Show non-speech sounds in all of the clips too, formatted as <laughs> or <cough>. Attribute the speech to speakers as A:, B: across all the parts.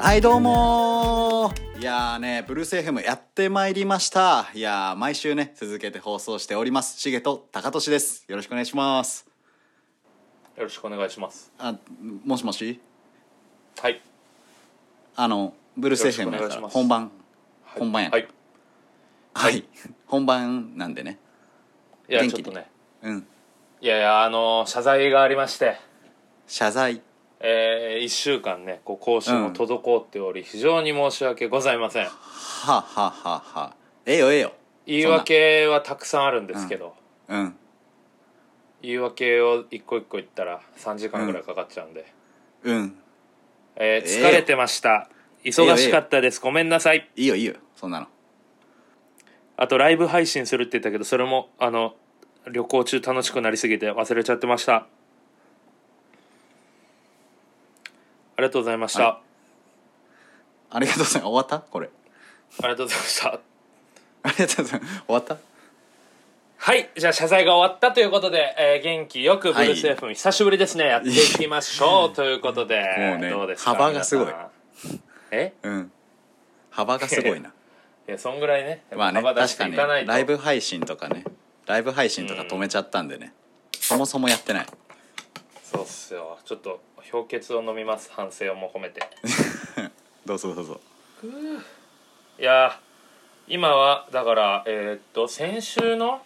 A: はいどうもーいやーねブルース FM やってまいりましたいやー毎週ね続けて放送しております重と高俊ですよろしくお願いします
B: よろしくお願いします。
A: あもしもし
B: はい。
A: あのブルース
B: よろしくお
A: FM
B: 願い
A: や
B: し
A: か
B: ます
A: ら本番
B: はい
A: 本番や
B: はい。
A: はい、本番なんでね
B: いや、
A: 元
B: ち
A: 気
B: ょ
A: に
B: っとね。
A: うん
B: いやいや、あのー謝罪がありまして。
A: 謝罪
B: えー、1週間ねこう更新を滞っており、非常に申し訳ございません
A: はあはあはあはあええよええよ
B: 言い訳はたくさんあるんですけど、
A: うん
B: 言い訳を一個一個言ったら3時間ぐらいかかっちゃうんで、
A: うん
B: えー
A: ええ
B: 疲れてました、忙しかったです、ごめんなさい
A: いいよいいよそんなの
B: あとライブ配信するって言ったけどそれもあの旅行中楽しくなりすぎて忘れちゃってましたありがとうございました、
A: はありがとうございます終わったこれ
B: ありがとうございました
A: ありがとうございます終わった
B: はいじゃあ謝罪が終わったということで、えー元気よくブルース
A: はい
B: FM、久しぶりですねやっていきましょ
A: <laughs>
B: うということで
A: もうね
B: どうですか
A: 幅がすごい
B: 皆さんえ
A: うん幅がすごいな
B: いやそんぐらいね
A: まあね
B: 幅出し
A: 確
B: て
A: か
B: い
A: に
B: かないと、
A: ライブ配信とかねライブ配信とか止めちゃったんでね、そもそもやってない
B: そうっすよちょっと氷結を飲みます反省をも込めて
A: どうぞどうぞ
B: いやー今はだからえーっと先週の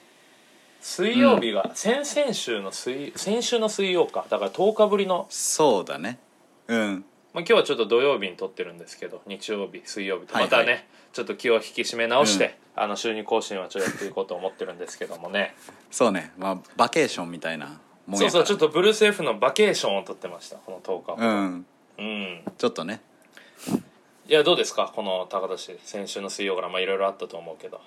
B: 水曜日が、先々週の水先週の水曜かだから10日ぶりの、
A: そうだねうん
B: まあ、今日はちょっと土曜日に撮ってるんですけど日曜日水曜日と
A: はい
B: ま
A: はい
B: たね、ちょっと気を引き締め直して、あの週に更新はちょっとやっていこうと思ってるんですけどもね
A: そうねまあバケーションみたいな <laughs> もん
B: そう
A: やか
B: そ
A: ら
B: うちょっとブルース F のバケーションを撮ってましたこの10日は
A: うん
B: うん、
A: ちょっとね
B: いやどうですかこの高田氏先週の水曜からまあいろいろあったと思うけど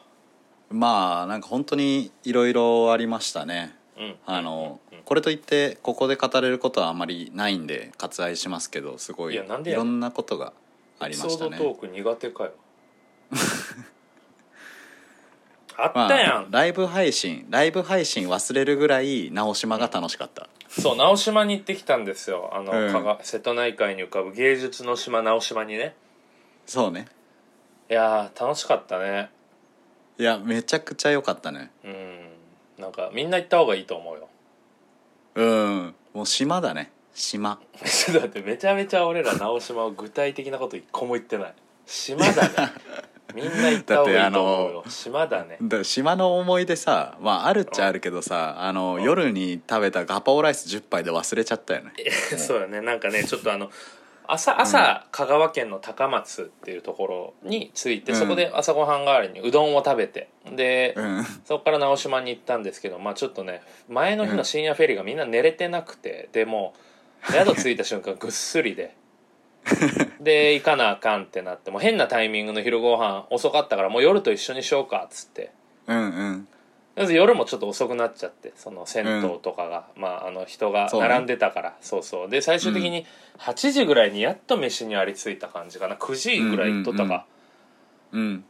A: まあなんか本当にいろいろありましたね
B: うん
A: あの、これといってここで語れることはあまりないんで割愛しますけどすごい
B: いやなんで
A: い
B: や
A: ろ
B: ねん
A: んなことがあ
B: エ
A: り
B: ピ
A: ま
B: ソ
A: し
B: ー
A: た
B: ド
A: ね
B: トーク苦手か
A: <laughs>
B: よあったやん、
A: ライブ配信ライブ配信忘れるぐらい直島が楽しかった
B: そう直島に行ってきたんですよあの、
A: うん
B: 加賀瀬戸内海に浮かぶ芸術の島直島にね
A: そうね
B: いやー楽しかったね
A: いやめちゃくちゃ良かったね
B: うんなんかみんな行った方がいいと思うよ <laughs>
A: うんもう島だね島
B: ちょっと待ってめちゃめちゃ俺ら直島を具体的なこと一個も言ってない島だ
A: <laughs>
B: ねみんな行った方がいいと思う
A: だ
B: よ
A: っ
B: 島だね
A: だ島の思い出さまああるっちゃあるけどさあの夜に食べたガパオライス10杯で忘れちゃったよね
B: そうだねなんかねちょっとあの朝朝、香川県の高松っていうところに着いて、
A: うん
B: そこで朝ごはん代わりにうどんを食べてで、
A: うん
B: そこから直島に行ったんですけどまあちょっとね前の日の深夜フェリーがみんな寝れてなくて、でもう宿着いた瞬間ぐっすり
A: <laughs>
B: でで行かなあかんってなってもう変なタイミングの昼ご飯遅かったからもう夜と一緒にしようかっつって
A: うんうん
B: とりあえず夜もちょっと遅くなっちゃってその銭湯とかが、まああの人が
A: そうね
B: 並んでたからそう,、そうで最終的に8時ぐらいにやっと飯にありついた感じかな9時ぐらい行っとったか、
A: うん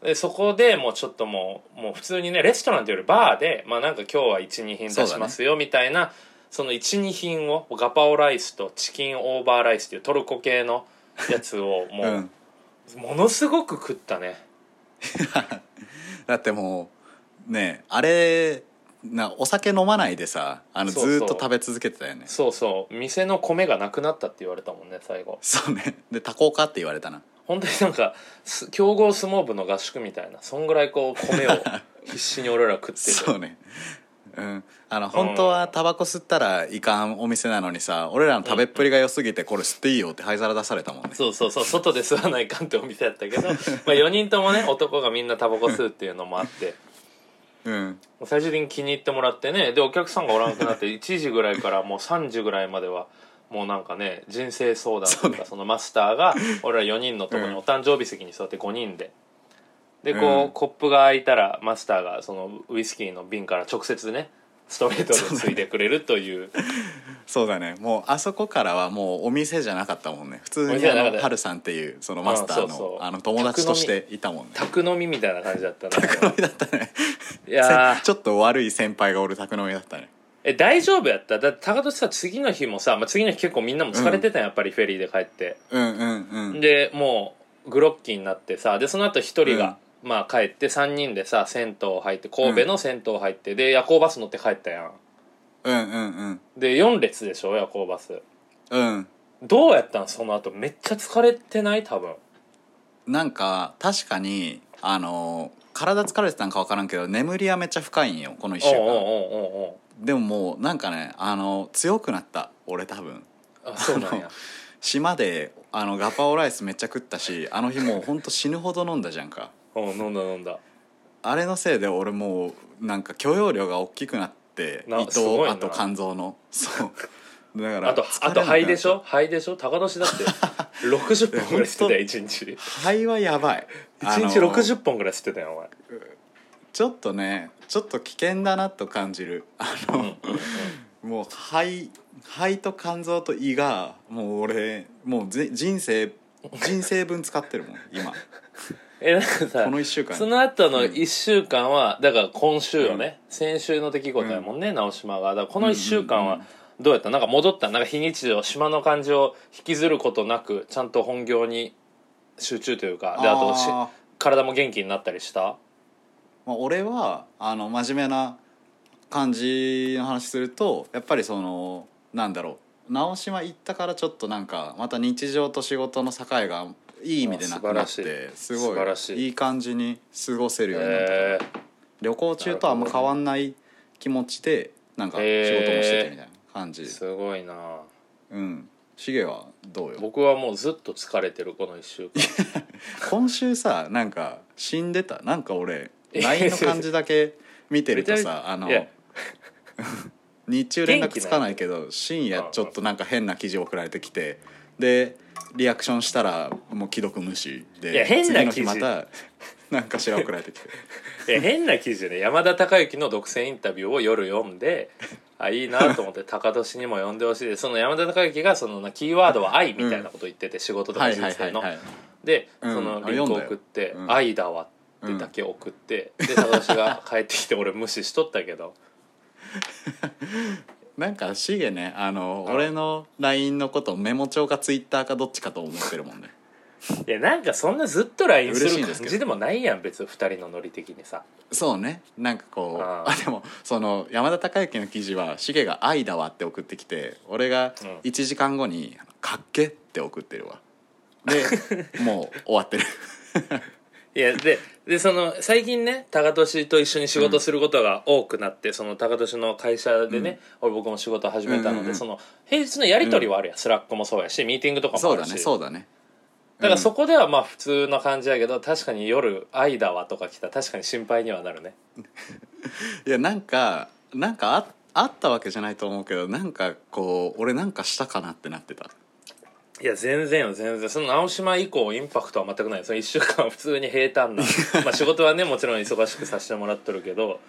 B: でそこでもうちょっともうもう普通にねレストランというよりバーでまあなんか今日は12品出しますよみたいなそ,、の12品をガパオライスとチキンオーバーライスっていうトルコ系のやつをも
A: う
B: う、
A: ん <laughs>
B: ものすごく食ったね
A: だってもうねあれなお酒飲まないでさあのず
B: そうそう
A: ーっと食べ続けてたよね
B: そうそう店の米がなくなったって言われたもんね最後
A: そうねで多幸かって言われたな
B: 本当になんかす強豪相撲部の合宿みたいなそんぐらいこう
A: <laughs>
B: 米を必死に俺ら食って
A: そ
B: る
A: うねうんあの本当はタバコ吸ったらいかんお店なのにさ俺らの食べっぷりが良すぎてこれ吸っていいよって灰皿出されたもんね
B: そうそうそう外で吸わないかんってお店やったけどまあ4人ともね男がみんなタバコ吸うっていうのもあって
A: うん
B: もう最終的に気に入ってもらってねでお客さんがおらんくなって <laughs> 1時ぐらいからもう3時ぐらいまではもうなんかね人生相談
A: そ
B: と
A: う
B: か
A: ね
B: そのマスターが俺ら4人のとこ
A: うん
B: にお誕生日席に座って5人で。でこう、
A: うん
B: コップが開いたらマスターがそのウイスキーの瓶から直接ねストレートでついでくれると
A: <laughs>
B: いう
A: そうだねもうあそこからはもうお店じゃなかったもんね普通
B: お
A: に
B: 店じ
A: あ
B: ゃなかった
A: のハルさんっていうそのマスター
B: うんそうそ
A: の
B: う
A: あの友達としていたもんね
B: 宅飲みみたいな感じだったな
A: 宅飲みだったね
B: いやー
A: <laughs> ちょっと悪い先輩がおる宅飲みだったね
B: え大丈夫やっただって高俊さ次の日もさ、まあ、次の日結構みんなも疲れてたんやっぱりフェリーで帰って、
A: うんうんうん
B: でもうグロッキーになってさでその後一人が、まあ帰って3人でさ銭湯入って神戸の銭湯入って、で夜行バス乗って帰ったやん
A: うんうんうん
B: で4列でしょ夜行バス
A: うん
B: どうやったんその後めっちゃ疲れてない多分
A: なんか確かにあのー体疲れてたんか分からんけど眠りはめっちゃ深いんよこの1週間
B: おうおうおうおうお
A: でももうなんかねあの強くなった俺多分
B: うあそうなんや
A: 島であのガパオライスめっちゃ食ったしあの日もうほんと死ぬほど飲んだじゃんか
B: <laughs> おう飲んだ飲んだ
A: あれのせいで俺もうなんか許容量が大きくなって
B: な
A: 胃
B: すごい
A: と
B: な
A: あと肝臓のそうだから
B: あと
A: 疲れ
B: あ
A: なくな
B: と
A: っ
B: 肺でしょ肺でしょ高年だって
A: <laughs>
B: 60本ぐらい吸ってたよ1日
A: 肺はやばいあ
B: 1
A: の
B: 日60本ぐらい吸ってたよお前
A: ちょっとねちょっと危険だなと感じるあの、もう肺肺と肝臓と胃がもう俺もうぜ人生人生分使ってるもん今
B: えなんかさ
A: この1週間
B: その後の
A: うん
B: 1週間は、だから今週よね、先週の出来事やもんね、直島がだからこの1週間
A: うんうん
B: はどうやったなんか戻ったなんか非日常島の感じを引きずることなくちゃんと本業に集中というかであとし
A: ー
B: 体も元気になったりした
A: まあ、俺はあの真面目な感じの話するとやっぱりそのなんだろう直島行ったからちょっとなんかまた日常と仕事の境がいい意味でなくなっ
B: 素晴
A: て
B: らしい
A: すご
B: 素晴らし
A: い
B: い
A: いい感じに過ごせるようになった、
B: えー
A: 旅行中とはあんま変わんない気持ちでなんか仕事もしててみたいな感じ、
B: すごいな
A: うんシゲはどうよ
B: 僕はもうずっと疲れてるこの1週間
A: 今週さなんか死んでたなんか俺 LINE の感じ
B: <laughs>
A: だけ見てると
B: めちゃめ
A: さあの
B: いや
A: <laughs> 日中連絡つかないけど深夜ちょっとなんか変な記事送られてきてでリアクションしたらもう既読無視で
B: いや変な記事
A: 次の日またなんかしら送られてきて
B: え変な記事ね山田孝之の独占インタビューを夜読んであいいなと思って
A: <laughs>
B: 高年にも読んでほしいでその山田孝之がそのなキーワードは「愛」みたいなこと言ってて、仕 <laughs> 事と
A: は
B: か
A: い
B: 人
A: はいは
B: 生
A: い
B: の。
A: はい
B: で
A: うん
B: そのリンクを送って
A: あれ読んだよ
B: 「
A: うん
B: 愛だわ」ってだけ送って、で高年が帰ってきて俺無視しとったけど
A: なんかシゲねあの
B: あ
A: 俺の LINE のことメモ帳かツイッターかどっちかと思ってるもんね
B: いやなんかそんなずっと LINE す
A: 嬉しい
B: る
A: んです
B: 感
A: けど
B: じでもないやん別に2人のノリ的にさ
A: <laughs> そうねなんかこう
B: あ
A: <laughs> あ
B: あ
A: でもその山田孝之の記事はシゲが「愛だわ」って送ってきて俺が
B: うん
A: 1時間後に「かっけ」って送ってるわで <laughs> もう終わってる
B: いやででその最近ね高俊と一緒に仕事することが多くなって、その高俊の会社でね、俺僕も仕事始めたので、
A: うんうんうん
B: その平日のやり取りはあるやん、スラックもそうやしミーティングとかも
A: <laughs> そ
B: あ
A: う
B: る
A: だ
B: し
A: ねそうだね
B: だからそこではまあ普通な感じやけど確かに夜「愛だわ」とか来たら確かに心配にはなるね
A: いやなんかなんかああったわけじゃないと思うけどなんかこう俺なんかしたかなってなってた
B: いや全然よ全然その直島以降インパクトは全くないその1週間は普通に平坦
A: <laughs>
B: なまあ仕事はねもちろん忙しくさせてもらっとるけど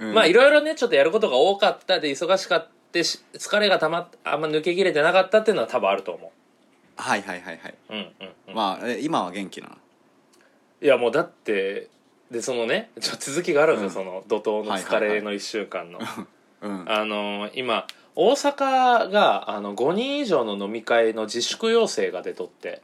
A: うん
B: まあいろいろねちょっとやることが多かったで忙しかったし疲れがたまっあんま抜け切れてなかったっていうのは多分あると思
A: はいはいはいはい、
B: ううんうん、うん
A: まあえ今は元気なの
B: いやもうだってでそのねちょっと続きがあるんですよ、
A: うん
B: その怒涛の
A: はいは
B: 疲
A: いはい
B: れの1週間の、
A: うん
B: あのー今大阪があの5人以上の飲み会の自粛要請が出とって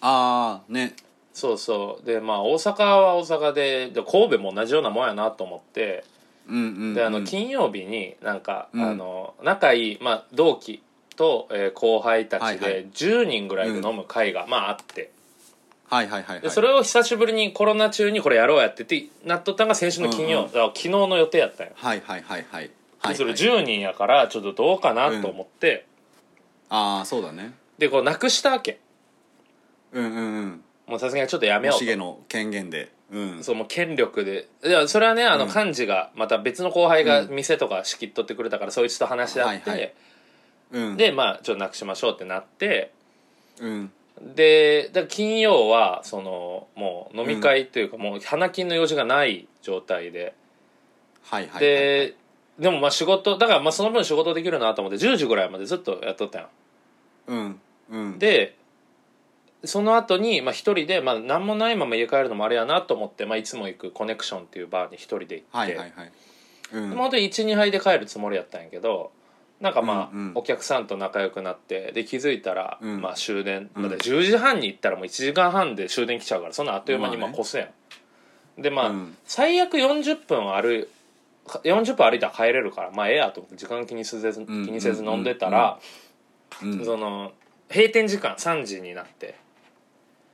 A: ああね
B: そうそうでまあ大阪は大阪でで神戸も同じようなもんやなと思って
A: うんうん、うん、
B: であの金曜日になんか、
A: うん
B: あの仲いい、まあ、同期と、えー後輩た
A: は
B: ち
A: いは
B: で
A: い
B: 10人ぐらいで飲む会が、まああって
A: はいはいはいはい
B: でそれを久しぶりにコロナ中にこれやろうやってってなっとったのが先週の金曜、
A: うんう
B: だ
A: ん
B: から昨日の予定やったんよ、
A: はいはいはいはい
B: で
A: はい
B: それ
A: はい
B: 10人やからちょっとどうかなと思って、
A: ああそうだね
B: でこうなくしたわけ
A: うんうんうん
B: もうさすがにちょっとやめよう
A: しげの権限でうん
B: そうもう権力でいやそれはねあの
A: うん
B: 幹事がまた別の後輩が
A: うん
B: 店とか仕切っとってくれたからそいつと話し合って、
A: はいはいうん
B: でまあちょっとなくしましょうってなって
A: うん
B: でだから金曜はそのもう飲み会というか、もう花金の用事がない状態で、
A: はいはいはい
B: ででもまあ仕事だからまあその分仕事できるなと思って10時ぐらいまでずっとやっとったんよ
A: うんうん
B: でその後にまあ、一人で、まあ、何もないまま家帰るのもあれやなと思って、まあ、いつも行くコネクションっていうバーに一人で行って、
A: はいはいはいうん
B: 本当に12杯で帰るつもりやったんやけどなんかまあ、
A: うんうん
B: お客さんと仲良くなってで気づいたら、
A: うん
B: まあ、終電、
A: う
B: だ
A: ん
B: って10時半に行ったらもう1時間半で終電来ちゃうからそんなあっという間にまあ
A: まあね
B: 越すやん、でまあ、
A: うん
B: 最悪40分歩いか40分歩いたら帰れるからまあええやと思って時間気にせず気
A: ん
B: にせず飲んでたら、
A: うん
B: その閉店時間3時になって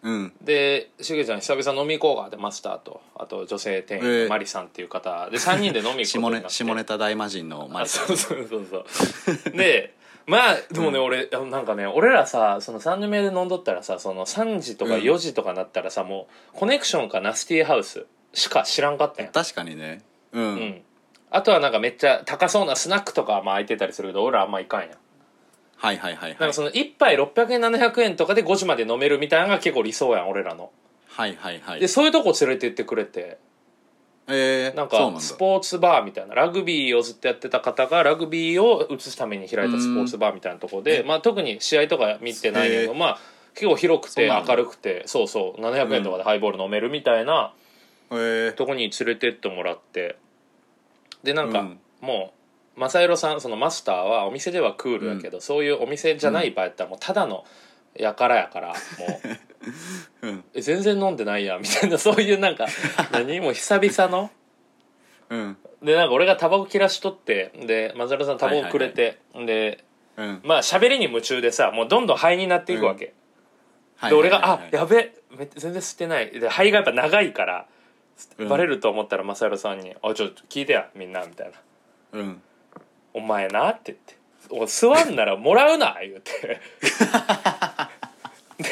A: うん
B: で「しげちゃん久々飲み行こうか」ってマスターとあと女性店員の
A: ええ
B: マリさんっていう方で3人で飲み行こ
A: 下
B: うって
A: ネ
B: なって
A: <laughs> 下ネタ大魔人のマ
B: あ
A: リさ
B: そうそうそうそうでまあでもね、俺あのなんかね俺らさその3人目で飲んどったらさその3時とか
A: うん
B: 4時とかなったらさ、もうコネクションかナスティーハウスしか知らんかったやん
A: ん確かにねうん、
B: うん、あとはなんかめっちゃ高そうなスナックとかはまあ空いてたりするけど俺らあんま行かんやん
A: はいはいは
B: な
A: いは
B: ん
A: い
B: かその1杯600円700円とかで5時まで飲めるみたいなのが結構理想やん俺らの
A: はいはいはい
B: でそういうとこ連れて行ってくれて
A: えー、
B: なん
A: そう
B: か
A: なん
B: ス
A: だ
B: ポーツバーみたいなラグビーをずっとやってた方がラグビーを移すために開いたスポーツバーみたいなとこで、まあ、特に試合とか見てないけ
A: へ
B: ど、
A: ー
B: まあ、結構広く
A: そう
B: て
A: なんだ
B: 明るくてそうそう700円とかでハイボール飲めるみたいな
A: えー、
B: とこに連れてってもらってでなんか、
A: うん
B: もう正弘さんそのマスターはお店ではクールやけど、そういうお店じゃない場合やったらもうただのやからやからもう、
A: <laughs> うん
B: え全然飲んでないやみたいなそういうなんか何もう久々の
A: うん
B: でなんか俺がタバコ切らしとってで正弘さんタバコくれて、で
A: うん
B: まあ喋りに夢中でさもうどんどん肺になっていくわけ、
A: はい
B: で俺が「
A: はい
B: あ
A: はい
B: やべめ全然吸ってない」で肺がやっぱ長いから
A: うん
B: バレると思ったら正弘さんに「あちょっと聞いてやみんな」みたいな
A: うん
B: 「お前な」って言って「お座んならもらうな」言う
A: <laughs>
B: て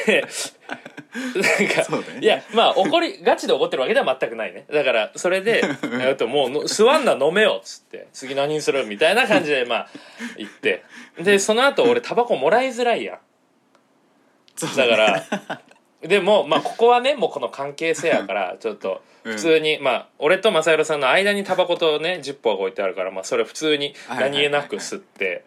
B: でなんか、
A: そうね
B: いやまあ怒りガチで怒ってるわけでは全くないねだからそれ
A: <laughs>
B: で「えっともうの座んな飲めよ」っつって「次何にする?」みたいな感じでまあ言ってでその後俺タバコもらいづらいやん
A: そう
B: だからでもまあここはねもうこの関係性やからちょっと
A: うん
B: 普通に、まあ俺と正弘さんの間にタバコとね10本が置いてあるから、まあ、それ普通に何気なく吸って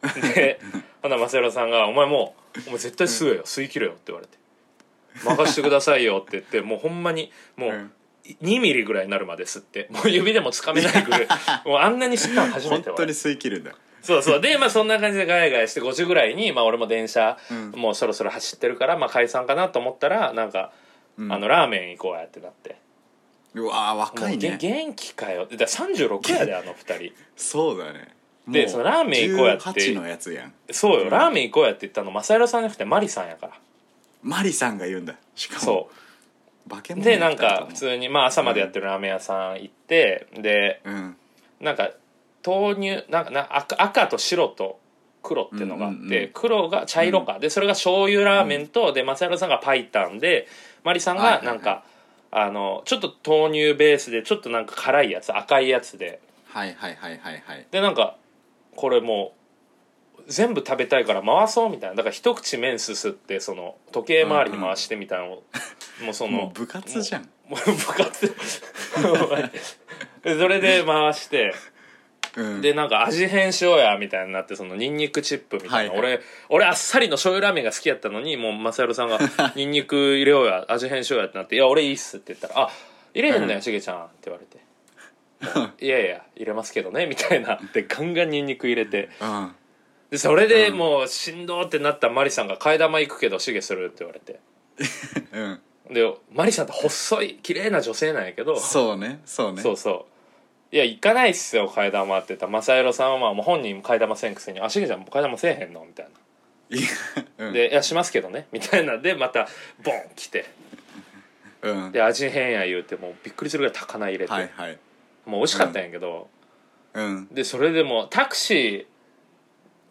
A: <laughs>
B: でほな正弘さんが「お前もうお前絶対吸えよ吸い切れよ」って言われて「任してくださいよ」って言
A: <laughs>
B: ってもうほんまにもう。
A: うん
B: 2ミリぐらいになるまで吸ってもう指でもつかめないぐ
A: <laughs>
B: らいもうあんなに吸ったの初め
A: 本
B: て
A: 当に吸い切るんだ
B: そうそうでまあそんな感じでガヤガヤして5時ぐらいに、まあ、俺も電車、
A: うん
B: もうそろそろ走ってるから、まあ、解散かなと思ったらなんか、
A: うん
B: あのラーメン行こうやってなって
A: うわー若い
B: もう
A: ね
B: げ元気かよだから36やであの2人
A: <laughs> そうだね
B: で
A: もう
B: そのラーメン行こうやって
A: 18のやつやん
B: そうよ、
A: うん
B: ラーメン行こうやって言ったの正弘さんじゃなくてマリさんやから
A: マリさんが言うんだしかも
B: そう
A: 化け
B: う
A: 物
B: で
A: や
B: な
A: 二
B: ん
A: 人とも
B: か普通に、まあ、朝までやってるラーメン屋さん行ってで
A: うん
B: なんか豆乳なんかな赤赤と白と黒っていうのがあって、
A: うんうんうん
B: 黒が茶色か、でそれが醤油ラーメンと、で松原さんが白湯でマリさん
A: はい
B: が
A: はいは
B: ないんか、あのちょっと豆乳ベースでちょっとなんか辛いやつ赤いやつで
A: はいはいはいはいはい
B: でなんかこれもう全部食べたいから回そうみたいなだから一口麺すすってその時計回りに回してみたいなのを、もうその
A: もう部活じゃん
B: もう部活 <laughs> それで回して。
A: うん
B: でなんか味変しようやみたいになってそのニンニクチップみたいな、
A: はいはい
B: 俺俺あっさりの醤油ラーメンが好きやったのにもうマサヤロさんが「ニンニク入れようや味変しようや」ってなって「いや俺いいっす」って言ったら「あ入れへんの
A: う
B: よしげちゃん」って言われて「
A: <laughs>
B: いやいや入れますけどね」みたいなでガンガンニンニク入れて
A: うん
B: でそれで
A: うん
B: もうしんどーってなったマリさんが「替え玉行くけどしげする」って言われて
A: うん
B: でマリさんって細い綺麗な女性なんやけど
A: そうねそうね
B: そうそういや行かないっすよ替え玉って言ったら正弘さんはまあもう本人も替え玉せんくせに「あしげちゃんも替え玉せえへんの?」みたい
A: いやう
B: な「
A: ん
B: でいやしますけどね」 <laughs> みたいなんでまたボン来て
A: うん
B: で味変や言うてもうびっくりするぐらい高菜入れて、
A: はいはい
B: もう美味しかったんやけど、
A: うん
B: でそれでもうタクシ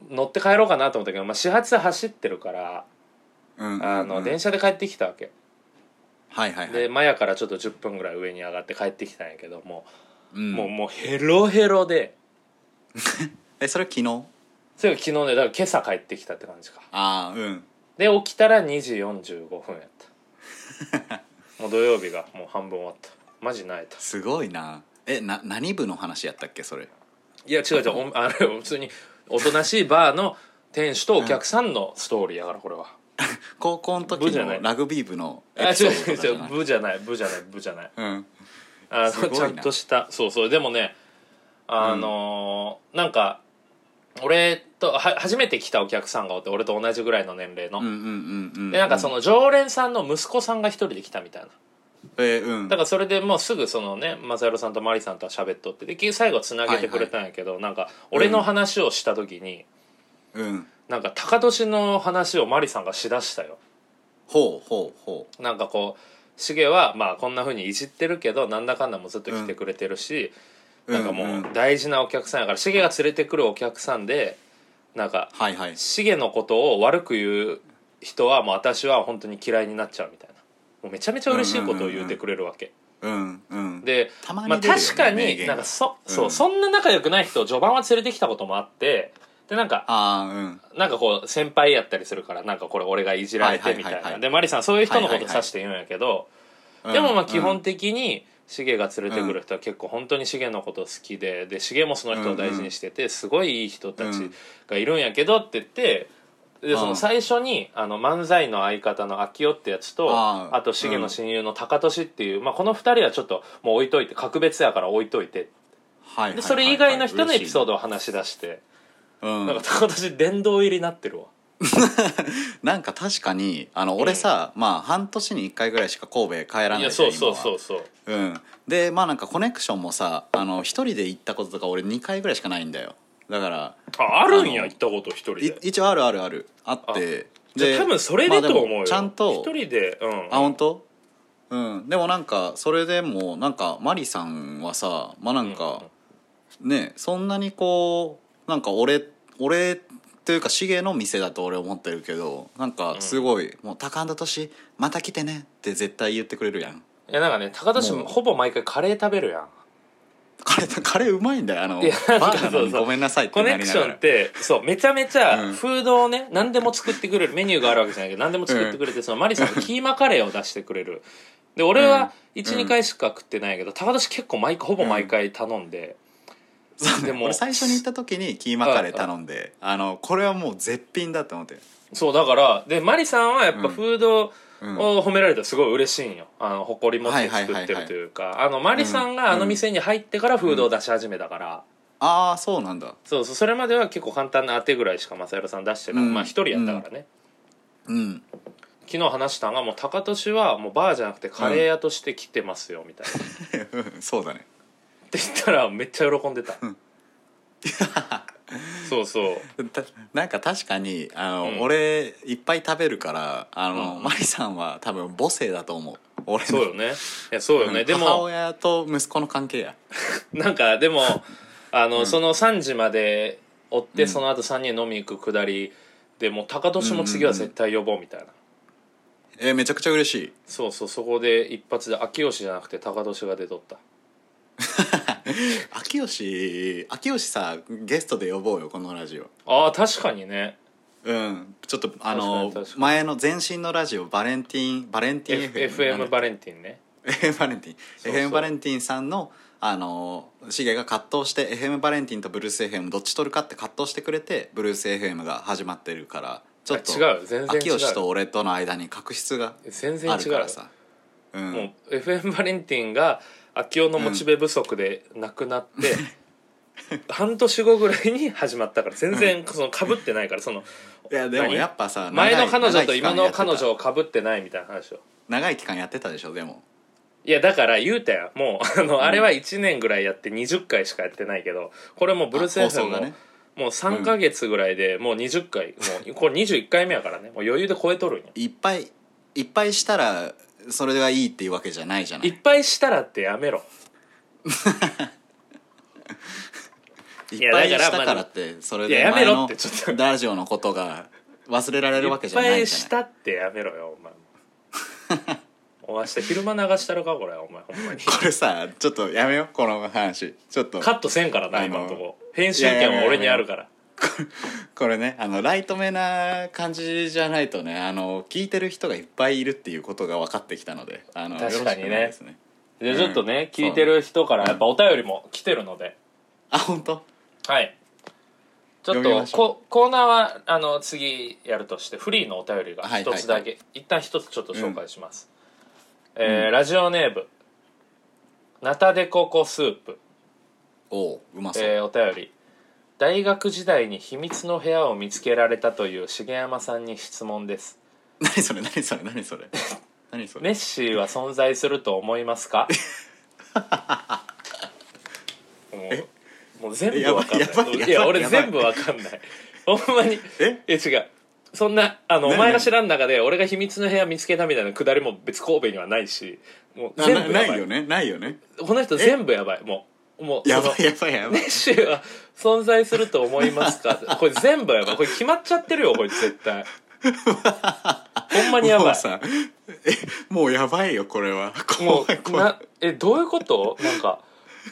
B: ー乗って帰ろうかなと思ったけど、まあ、始発走ってるから
A: うん
B: あの電車で帰ってきたわけ、
A: はいはいはい
B: でマヤからちょっと10分ぐらい上に上がって帰ってきたんやけども
A: うん
B: う,、もうもうヘロヘロで
A: えそれ昨日
B: それが昨日ねだから今朝帰ってきたって感じか
A: ああうん
B: で起きたら2時45分やった <laughs> もう土曜日がもう半分終わったマジ泣いた
A: すごいなえな何部の話やったっけそれ
B: いや違う違 <laughs> うおあれ普通におとなしいバーの店主とお客さんのストーリーやからこれは、
A: 高校の
B: 部
A: 時
B: じゃない
A: のラグビー部の
B: あ
A: エピ
B: 違
A: ソ
B: う
A: ー
B: 違
A: ド
B: う
A: とかじ
B: 違
A: ゃな
B: う
A: い
B: 部じゃない部じゃない部じゃない
A: うん
B: あ
A: す
B: の
A: ごいな
B: ちゃんとしたそうそうでもねあのーなんか俺とは初めて来たお客さんがおって俺と同じぐらいの年齢の、
A: うんうんうんうん
B: でなんかその常連さんの息子さんが一人で来たみたいな
A: えーうん
B: だからそれでもうすぐそのね正弘さんとマリさんとは喋っとってで最後つなげてくれたんやけど、なんか俺の話をした時に、
A: うん
B: なんか高年の話をマリさんがしだしたよ
A: ほうほうほ
B: なんかこうシゲはまあこんなふうにいじってるけどなんだかんだもずっと来てくれてるし、
A: う
B: なんかもう大事なお客さんやからシゲが連れてくるお客さんでなんか
A: はいはい
B: シゲのことを悪く言う人はもう私は本当に嫌いになっちゃうみたいなもうめちゃめちゃ嬉しいことを言うてくれるわけ、
A: うんうん
B: で
A: たま
B: ま
A: に
B: あ、
A: 出るよね
B: 確か
A: 名
B: に
A: 言
B: なんかそ,、そううんそんな仲良くない人を序盤は連れてきたこともあってでなんか
A: ああうん
B: なんかこう先輩やったりするからなんかこれ俺がいじられてみたいな、
A: はいはいはいはい
B: でマリさんそういう人のこと
A: はいはいはい
B: 指して言うんやけど、
A: うん
B: でもまあ基本的にシゲが連れてくる人は結構本当にシゲのこと好きででシゲもその人を大事にしててすごいいい人たちがいるんやけどって言ってで
A: うん
B: その最初にあの漫才の相方の秋代ってやつと
A: あー
B: あとシゲの親友の高俊っていうまあこの二人はちょっともう置いといて格別やから置いといて
A: はいはいはい
B: でそれ以外の人のエピソード
A: ド
B: を話し出して
A: うん
B: なんか高俊殿堂入りになってるわ
A: なんか確かにあの俺さ、まあ半年に1回ぐらいしか神戸帰らない
B: い
A: じゃ
B: やそう
A: ん
B: そう
A: 今は
B: そうそう
A: うん、でまあなんかコネクションもさあの一人で行ったこととか俺2回ぐらいしかないんだよだから
B: ああるんや
A: あの
B: 行ったこと一人
A: い
B: で
A: 一応あるあるあるあって
B: じゃあ多分それだと思う
A: まあで
B: よ
A: もちゃんと
B: 一人でうん
A: あ本当うんでもなんかそれでもなんかマリさんはさまあなんか、ねそんなにこうなんか俺俺というかシゲの店だと俺思ってるけどなんかすごい、もう「高田敏また来てね」って絶対言ってくれるやん
B: いやなんかね高田氏
A: もう
B: ほぼ毎回カレー食べるやん
A: カレーカレーうまいんだよあのバ
B: いや
A: ーガーなの
B: そうそう
A: に
B: そう
A: ごめんなさいって
B: コ
A: な
B: ネ
A: り
B: ク
A: な
B: シ
A: が
B: ョン
A: ら
B: ってそうめちゃめちゃ
A: うん
B: フードをね、何でも作ってくれるメニューがあるわけじゃないけど何でも作ってくれて、そのマリさんがキーマカレーを出してくれるで俺は12、
A: うん
B: 回しか食ってないけど高田氏結構毎回ほぼ毎回頼んで、
A: そうね
B: でも
A: 俺最初に行った時にキーマカレー頼んであのこれはもう絶品だと思って
B: そうだからでマリさんはやっぱフード
A: うん
B: を褒められたらすごい嬉しいんよあの誇り持って作ってるというかあのマリさんがあの店に入ってからフードを出し始めたから。
A: ああそうなんだ
B: そうそうそれまでは結構簡単な当てぐらいしか正弘さん出してない、
A: うん
B: まあ一人やったからね、
A: うん <laughs>
B: 昨日話したんがもう高俊はもうバーじゃなくてカレー屋として来てますよみたいな、って
A: うんそうだね
B: 言ったらめっちゃ喜んでたそうそう
A: たなんか確かにあの、
B: うん
A: 俺いっぱい食べるからあの、
B: うん
A: マリさんは多分母性だと思う俺の
B: そうよねいやそうよね、
A: うん
B: で
A: 母
B: も
A: 親と息子の関係や
B: なんかでもあの、その3時まで追ってその後3人飲み行くくだりでもう高俊も次は絶対呼ぼうみたいな、
A: えーめちゃくちゃ嬉しい
B: そうそうそこで一発で秋吉じゃなくて高俊が出とった
A: 秋吉秋吉さゲストで呼ぼうよこのラジオ
B: ああ確かにね
A: うんちょっとあ
B: 確
A: の
B: かに確かに
A: 前の前身のラジオバレンティンバレンティン
B: F- FM バレンティンね
A: <laughs> FM バレンティン
B: そうそう
A: FM バレンティンさんのあのシゲが葛藤して FM バレンティンとブルース FM どっち取るかって葛藤してくれてブルース FM が始まってるからちょっと
B: あ違う全然違う
A: 秋吉と俺との間に確執が
B: 全然
A: あ
B: 違
A: る
B: う
A: からさうん
B: もう FM バレンティンが秋夫のモチベ不足で亡くなって、半年後ぐらいに始まったから全然その被ってないからその
A: いやでも
B: 何
A: やっぱさ
B: 前の彼
A: 長
B: 女
A: い
B: と今の彼女
A: 長い期間やって
B: を被ってないみたいな話を
A: た長い期間やってたでしょでも
B: いやだから言うたやんもうあの、あれは1年ぐらいやって20回しかやってないけどこれもうブルース・
A: あ
B: エ
A: 放
B: フ
A: 送が
B: も、
A: ね
B: もう3か月ぐらいでもう20回、もうこれ21回目やからねもう余裕で超えとるんや
A: いっぱいいっぱいしたらそれがいいっていうわけじゃないじゃない
B: いっぱいしたらってやめろ
A: い
B: や
A: っぱい
B: だ
A: し
B: から
A: たからってそれ
B: い
A: で
B: ややめ
A: 前
B: ろっ
A: の
B: てち
A: <laughs>
B: ょっと
A: ラジオのことが忘れられるわけじゃない
B: っぱい
A: じ
B: し
A: ゃない
B: たってやめろよお前
A: <laughs>
B: もお明日昼間流したろかこれお前ほんまに
A: これさちょっとやめようこの話ちょっと
B: カットせんからな
A: あの
B: 今のとこ編集権は俺にあるから
A: これねあのライトめな感じじゃないとねあの聞いてる人がいっぱいいるっていうことが分かってきたのであの
B: 確かにね
A: よろしくないですね
B: じゃあちょっとね、
A: うん
B: 聞いてる人からやっぱお便りも来てるので
A: あ本当
B: はいちょっ
A: 読み
B: と
A: ましょ
B: こコーナーはあの次やるとしてフリーのお便りが一つだけ、
A: はいはい
B: 一旦一つちょっと紹介します、えーラジオネーム「ナタデココスープ」
A: おううまそう、
B: えーお便り大学時代に秘密の部屋を見つけられたという重山さんに質問です
A: 何それ何それ何
B: <laughs>
A: それ何それ、
B: ネッシーは存在すると思います
A: <laughs>
B: かもうもう全
A: え
B: 部
A: やば
B: わ
A: い
B: かんない
A: やばい
B: いや
A: やばい
B: 俺
A: やばい
B: 全部わかんないほんまに
A: え
B: え違うそんなあの
A: な
B: お
A: い
B: 前
A: な
B: が
A: い
B: 知らん中で俺が秘密の部屋見つけたみたいなくだりも別神戸にはないしもう
A: な
B: 全部やば
A: ないいよねないよね
B: この人全部やばいもうもう
A: や
B: その
A: ばいやばいやば
B: ネ <laughs>
A: い
B: ッシーは存在すると思いますか <laughs> これ全部やばいこれ決まっちゃってるよこれ絶対ほんまにや
A: も
B: ば
A: う
B: い
A: さえもうやばいよこれは
B: も
A: 怖いう怖い
B: なえどういうことなんか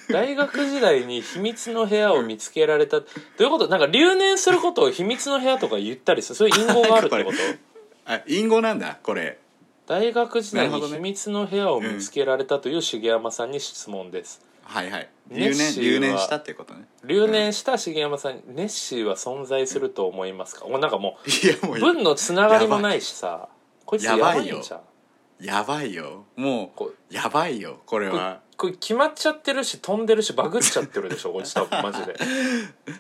B: 大学時代に秘密の部屋を見つけられたどういうことなんか留年することを秘密の部屋とか言ったりするそういう隠語があるって
A: <laughs>
B: こと
A: あ隠語なんだこれ
B: 大学時代
A: なる
B: に
A: ほどね
B: 秘密の部屋を見つけられたという重山さんに質問です
A: はいはい
B: ネッ
A: 留
B: シー
A: 年
B: は
A: 留年したっていうことね
B: 留年した重山さんにネッシーは存在すると思いますかもうなんかも
A: いやも
B: う
A: う
B: 文のつながりもないしさこいつやばい
A: やば
B: ん
A: い
B: じゃん
A: やばいよも
B: こ
A: うやばいよこれは
B: これ決まっちゃってるし飛んでるしバグっちゃってるでしょこいつ多
A: <laughs>
B: 分マジで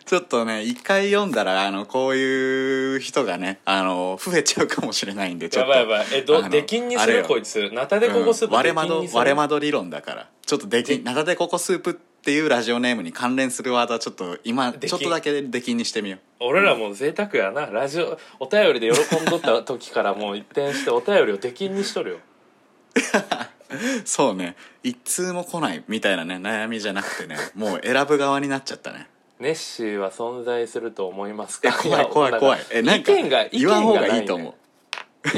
A: ちょっとね一回読んだらあのこういう人がねあの増えちゃうかもしれないんでちょ
B: やばいや
A: っと
B: ばいえ
A: あ
B: ど
A: の
B: 出禁に
A: あ
B: す
A: れ
B: る
A: よ
B: こいつナタデココスープ
A: 割
B: 出
A: れ
B: 禁
A: 窓
B: にする
A: 割れ窓理論だからちょっとできナタデココスープっていうラジオネームに関連するワードはちょっと今
B: でき
A: ちょっとだけ出禁にしてみよ
B: 俺らもう贅沢やなラジオお便りで喜んどった時からもう一転してお便りを出禁にしとるよ
A: うそうね一通も来ないみたいなね悩みじゃなくてねもう選ぶ側になっちゃったね
B: ネッシーは存在すると思います
A: い
B: か
A: や怖い怖い怖いえなんか
B: 意見が意見
A: 言わん方がいいと
B: な
A: 思う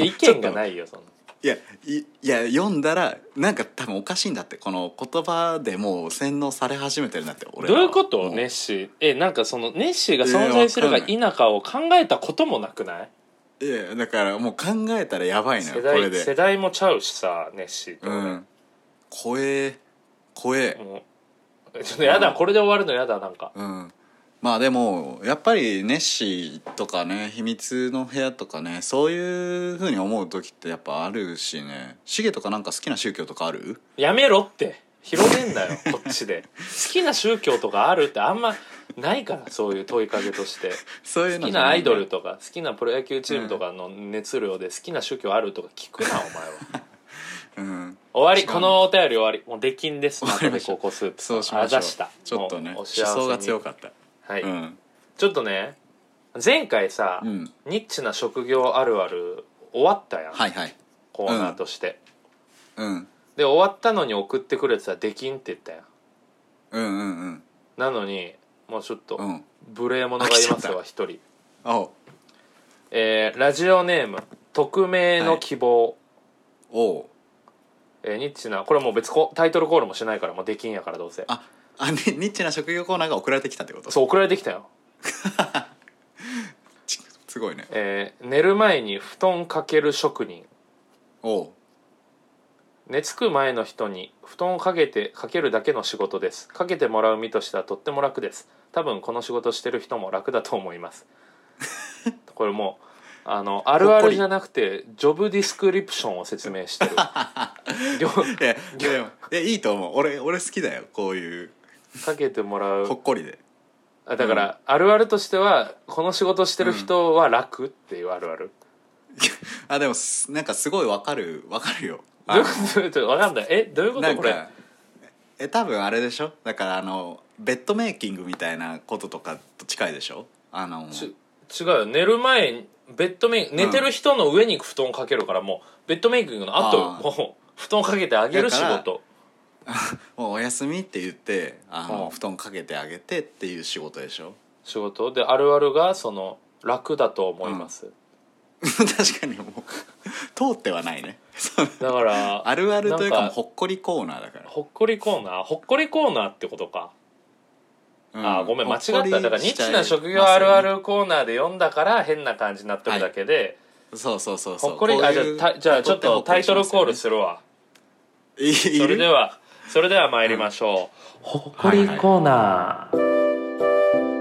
B: いね意見がないよその
A: いやいいや読んだらなんか多分おかしいんだってこの言葉でもう洗脳され始めてるんだって俺
B: ど
A: ら
B: う
A: は
B: いうこと
A: も
B: ネッシーえなんかそのネッシーが存在するか否かを考えたこともなくない
A: いやだからもう考えたらやばいの
B: 世
A: よこれ
B: 代世
A: で
B: 代もちゃうしさネッシーと、
A: うん怖え怖え
B: もうちょっとやだ、
A: うん
B: これで終わるのやだなんか
A: うんまあでもやっぱりネッシーとかね秘密の部屋とかねそういうふうに思う時ってやっぱあるしねシゲとかなんか好きな宗教とかある
B: やめろって広げん
A: <laughs>
B: なよこっちで好きな宗教とかあるってあんまないからそういう問いかけとして
A: そういう
B: 好
A: の
B: き
A: じゃ
B: なア
A: い
B: イドルとか好きなプロ野球チームとかの熱量で好きな宗教あるとか聞くなお前は
A: うん
B: 終わり
A: 違う
B: このお便り終わりもう出禁です
A: わ
B: ま
A: か
B: た
A: りま
B: で
A: した
B: 高校スープ
A: そうしましょ
B: あ
A: う
B: 出した
A: ちょっとね
B: もうお
A: 思
B: 幸せに
A: 想が強かった、
B: はい、
A: うん
B: ちょっとね前回さ、
A: うん
B: ニッチな職業あるある終わったやん、
A: はいはい
B: コーナーとして、
A: うん
B: で終わったのに送ってくれてた「できん」って言ったやん
A: うんうんうん
B: なのにもうちょっと、
A: うん
B: 無礼者がいますわ
A: 飽
B: 一人、
A: お
B: えーラジオネーム匿名の希望、
A: おう
B: えーニッチなこれもう別コタイトルコールもしないからもうできんやからどうせ
A: ああにニッチな職業コーナーが送られてきたってこと
B: そう送られてきたよ、
A: ちすごいね
B: えー寝る前に布団かける職人
A: おう
B: 寝つく前の人に布団をかけてかけるだけの仕事ですかけてもらう身としてはとっても楽です多分この仕事してる人も楽だと思います
A: <laughs>
B: これもうあのあるあるじゃなくてジョブディスクリプションを説明
A: <laughs>
B: してるりょ
A: いやでもえいいと思う俺俺好きだよこういう
B: かけてもらう
A: ほっこりで
B: あだから、あるあるとしてはこの仕事してる人は楽っていうあるある、
A: あでもすなんかすごいわかるわかるよ
B: どういうことちょっとわかんないえどういうこ
A: な
B: と
A: ん
B: これ
A: かえ多分あれでしょだからあのベッドメイキングみたいなこととかと近いでしょあの
B: ち違うよ寝る前にベッドメイク寝てる人の上に布団かけるからもうベッドメイキングの後
A: あー
B: もう布団かけてあげる仕
A: だか
B: 事
A: もうお休みって言ってあ
B: う
A: の
B: ん
A: 布団かけてあげてっていう仕事でしょ
B: 仕事であるあるがその楽だと思います、
A: <laughs> 確かにもう通ってはないねそう
B: だから
A: あるあるというか
B: な
A: も
B: ん
A: うほっこりコーナーだから
B: ほっこりコーナーほっこりコーナーってことか、あーごめん間違っただからニッチな職業あるあるコーナーで読んだから変な感じになってるだけで、
A: そうそうそうそう
B: ほっこり
A: う
B: あじゃ
A: いう
B: あたじゃあちょっとタイトルコール
A: る
B: するわ
A: いい
B: それ
A: る
B: ではそれでは参りましょう、ほっこりコーナー、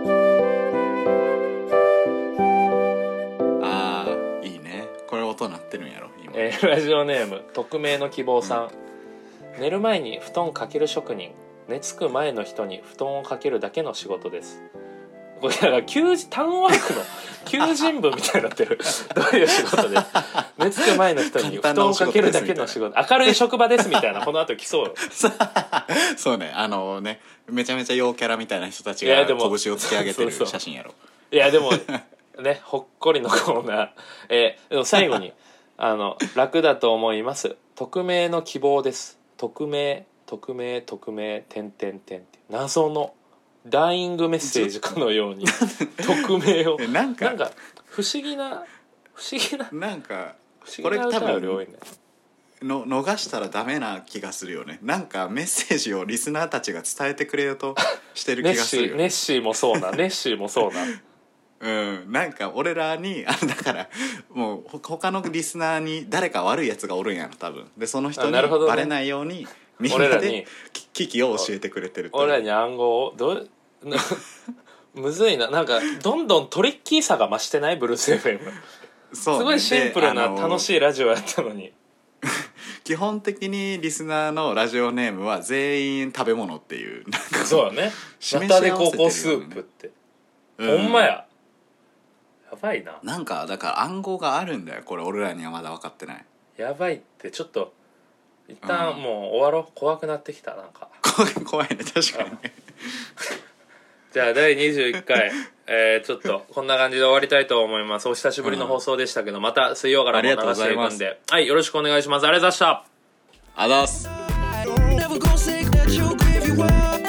A: ああいいねこれ音鳴ってるんやろ今、
B: えーラジオネーム匿名の希望さん、寝る前に布団かける職人寝つく前の人に布団をかけるだけの仕事ですこれだから求人タウンワークの求人部みたいになってるどういう仕事です寝つく前の人に布団をかけるだけの仕事明るい職場ですみたいなこの後来そう
A: そうねあのねめちゃめちゃ陽キャラみたいな人たち
B: い
A: が
B: やで
A: 拳
B: も
A: を突き上げてる
B: そうそう
A: 写真やろ
B: いやでもねほっこりのコーナー、えーでも最後
A: <laughs>
B: にあの楽だと思います匿名の希望です匿名匿名匿名点点点って謎のダイイングメッセージかのように匿名を
A: えなんか
B: なんか不思議な不思議な
A: なんか
B: 不思議
A: これ
B: な
A: 多
B: 歌より多い
A: 分
B: ね
A: の逃したらダメな気がするよねなんかメッセージをリスナーたちが伝えてくれようとしてる
B: ネッ
A: 気が
B: シ
A: する
B: ー
A: よ
B: ネ
A: ね
B: ッシーもそうなネッシーもそうな
A: うん、なんか俺らにあだからもうほ他のリスナーに誰か悪いやつがおるんやろ多分でその人
B: あ
A: に
B: なるほどね
A: バレないようにみん
B: 俺
A: な
B: らに
A: でき機器を教えてくれてるという
B: 俺らに暗号をど
A: <laughs>
B: うむずいななんかどんどんトリッキーさが増してないブルース FM
A: そうね
B: すごいシンプルな
A: であの
B: 楽しいラジオやったのに
A: 基本的にリスナーのラジオネームは全員食べ物っていうなんか
B: そう
A: <laughs>
B: だね
A: 示し
B: ナタ
A: 合わせ
B: デ
A: てるよね
B: 高校スープって、
A: う
B: ほんまややばいな
A: なんかだから暗号があるんだよこれ俺らにはまだ分かってない
B: やばいってちょっと一
A: う
B: 旦
A: ん
B: もう終わろう怖くなってきたなんか
A: 怖い怖いね確かにね
B: じゃあ第21回
A: <laughs>
B: えー、ちょっとこんな感じで終わりたいと思いますお久しぶりの放送でしたけど、また水曜からも流してい
A: ありがとうご
B: くん
A: ざ
B: ではいよろしくお願いしますありがとうございました
A: あざっす
C: Never gonna say that you'll give you up.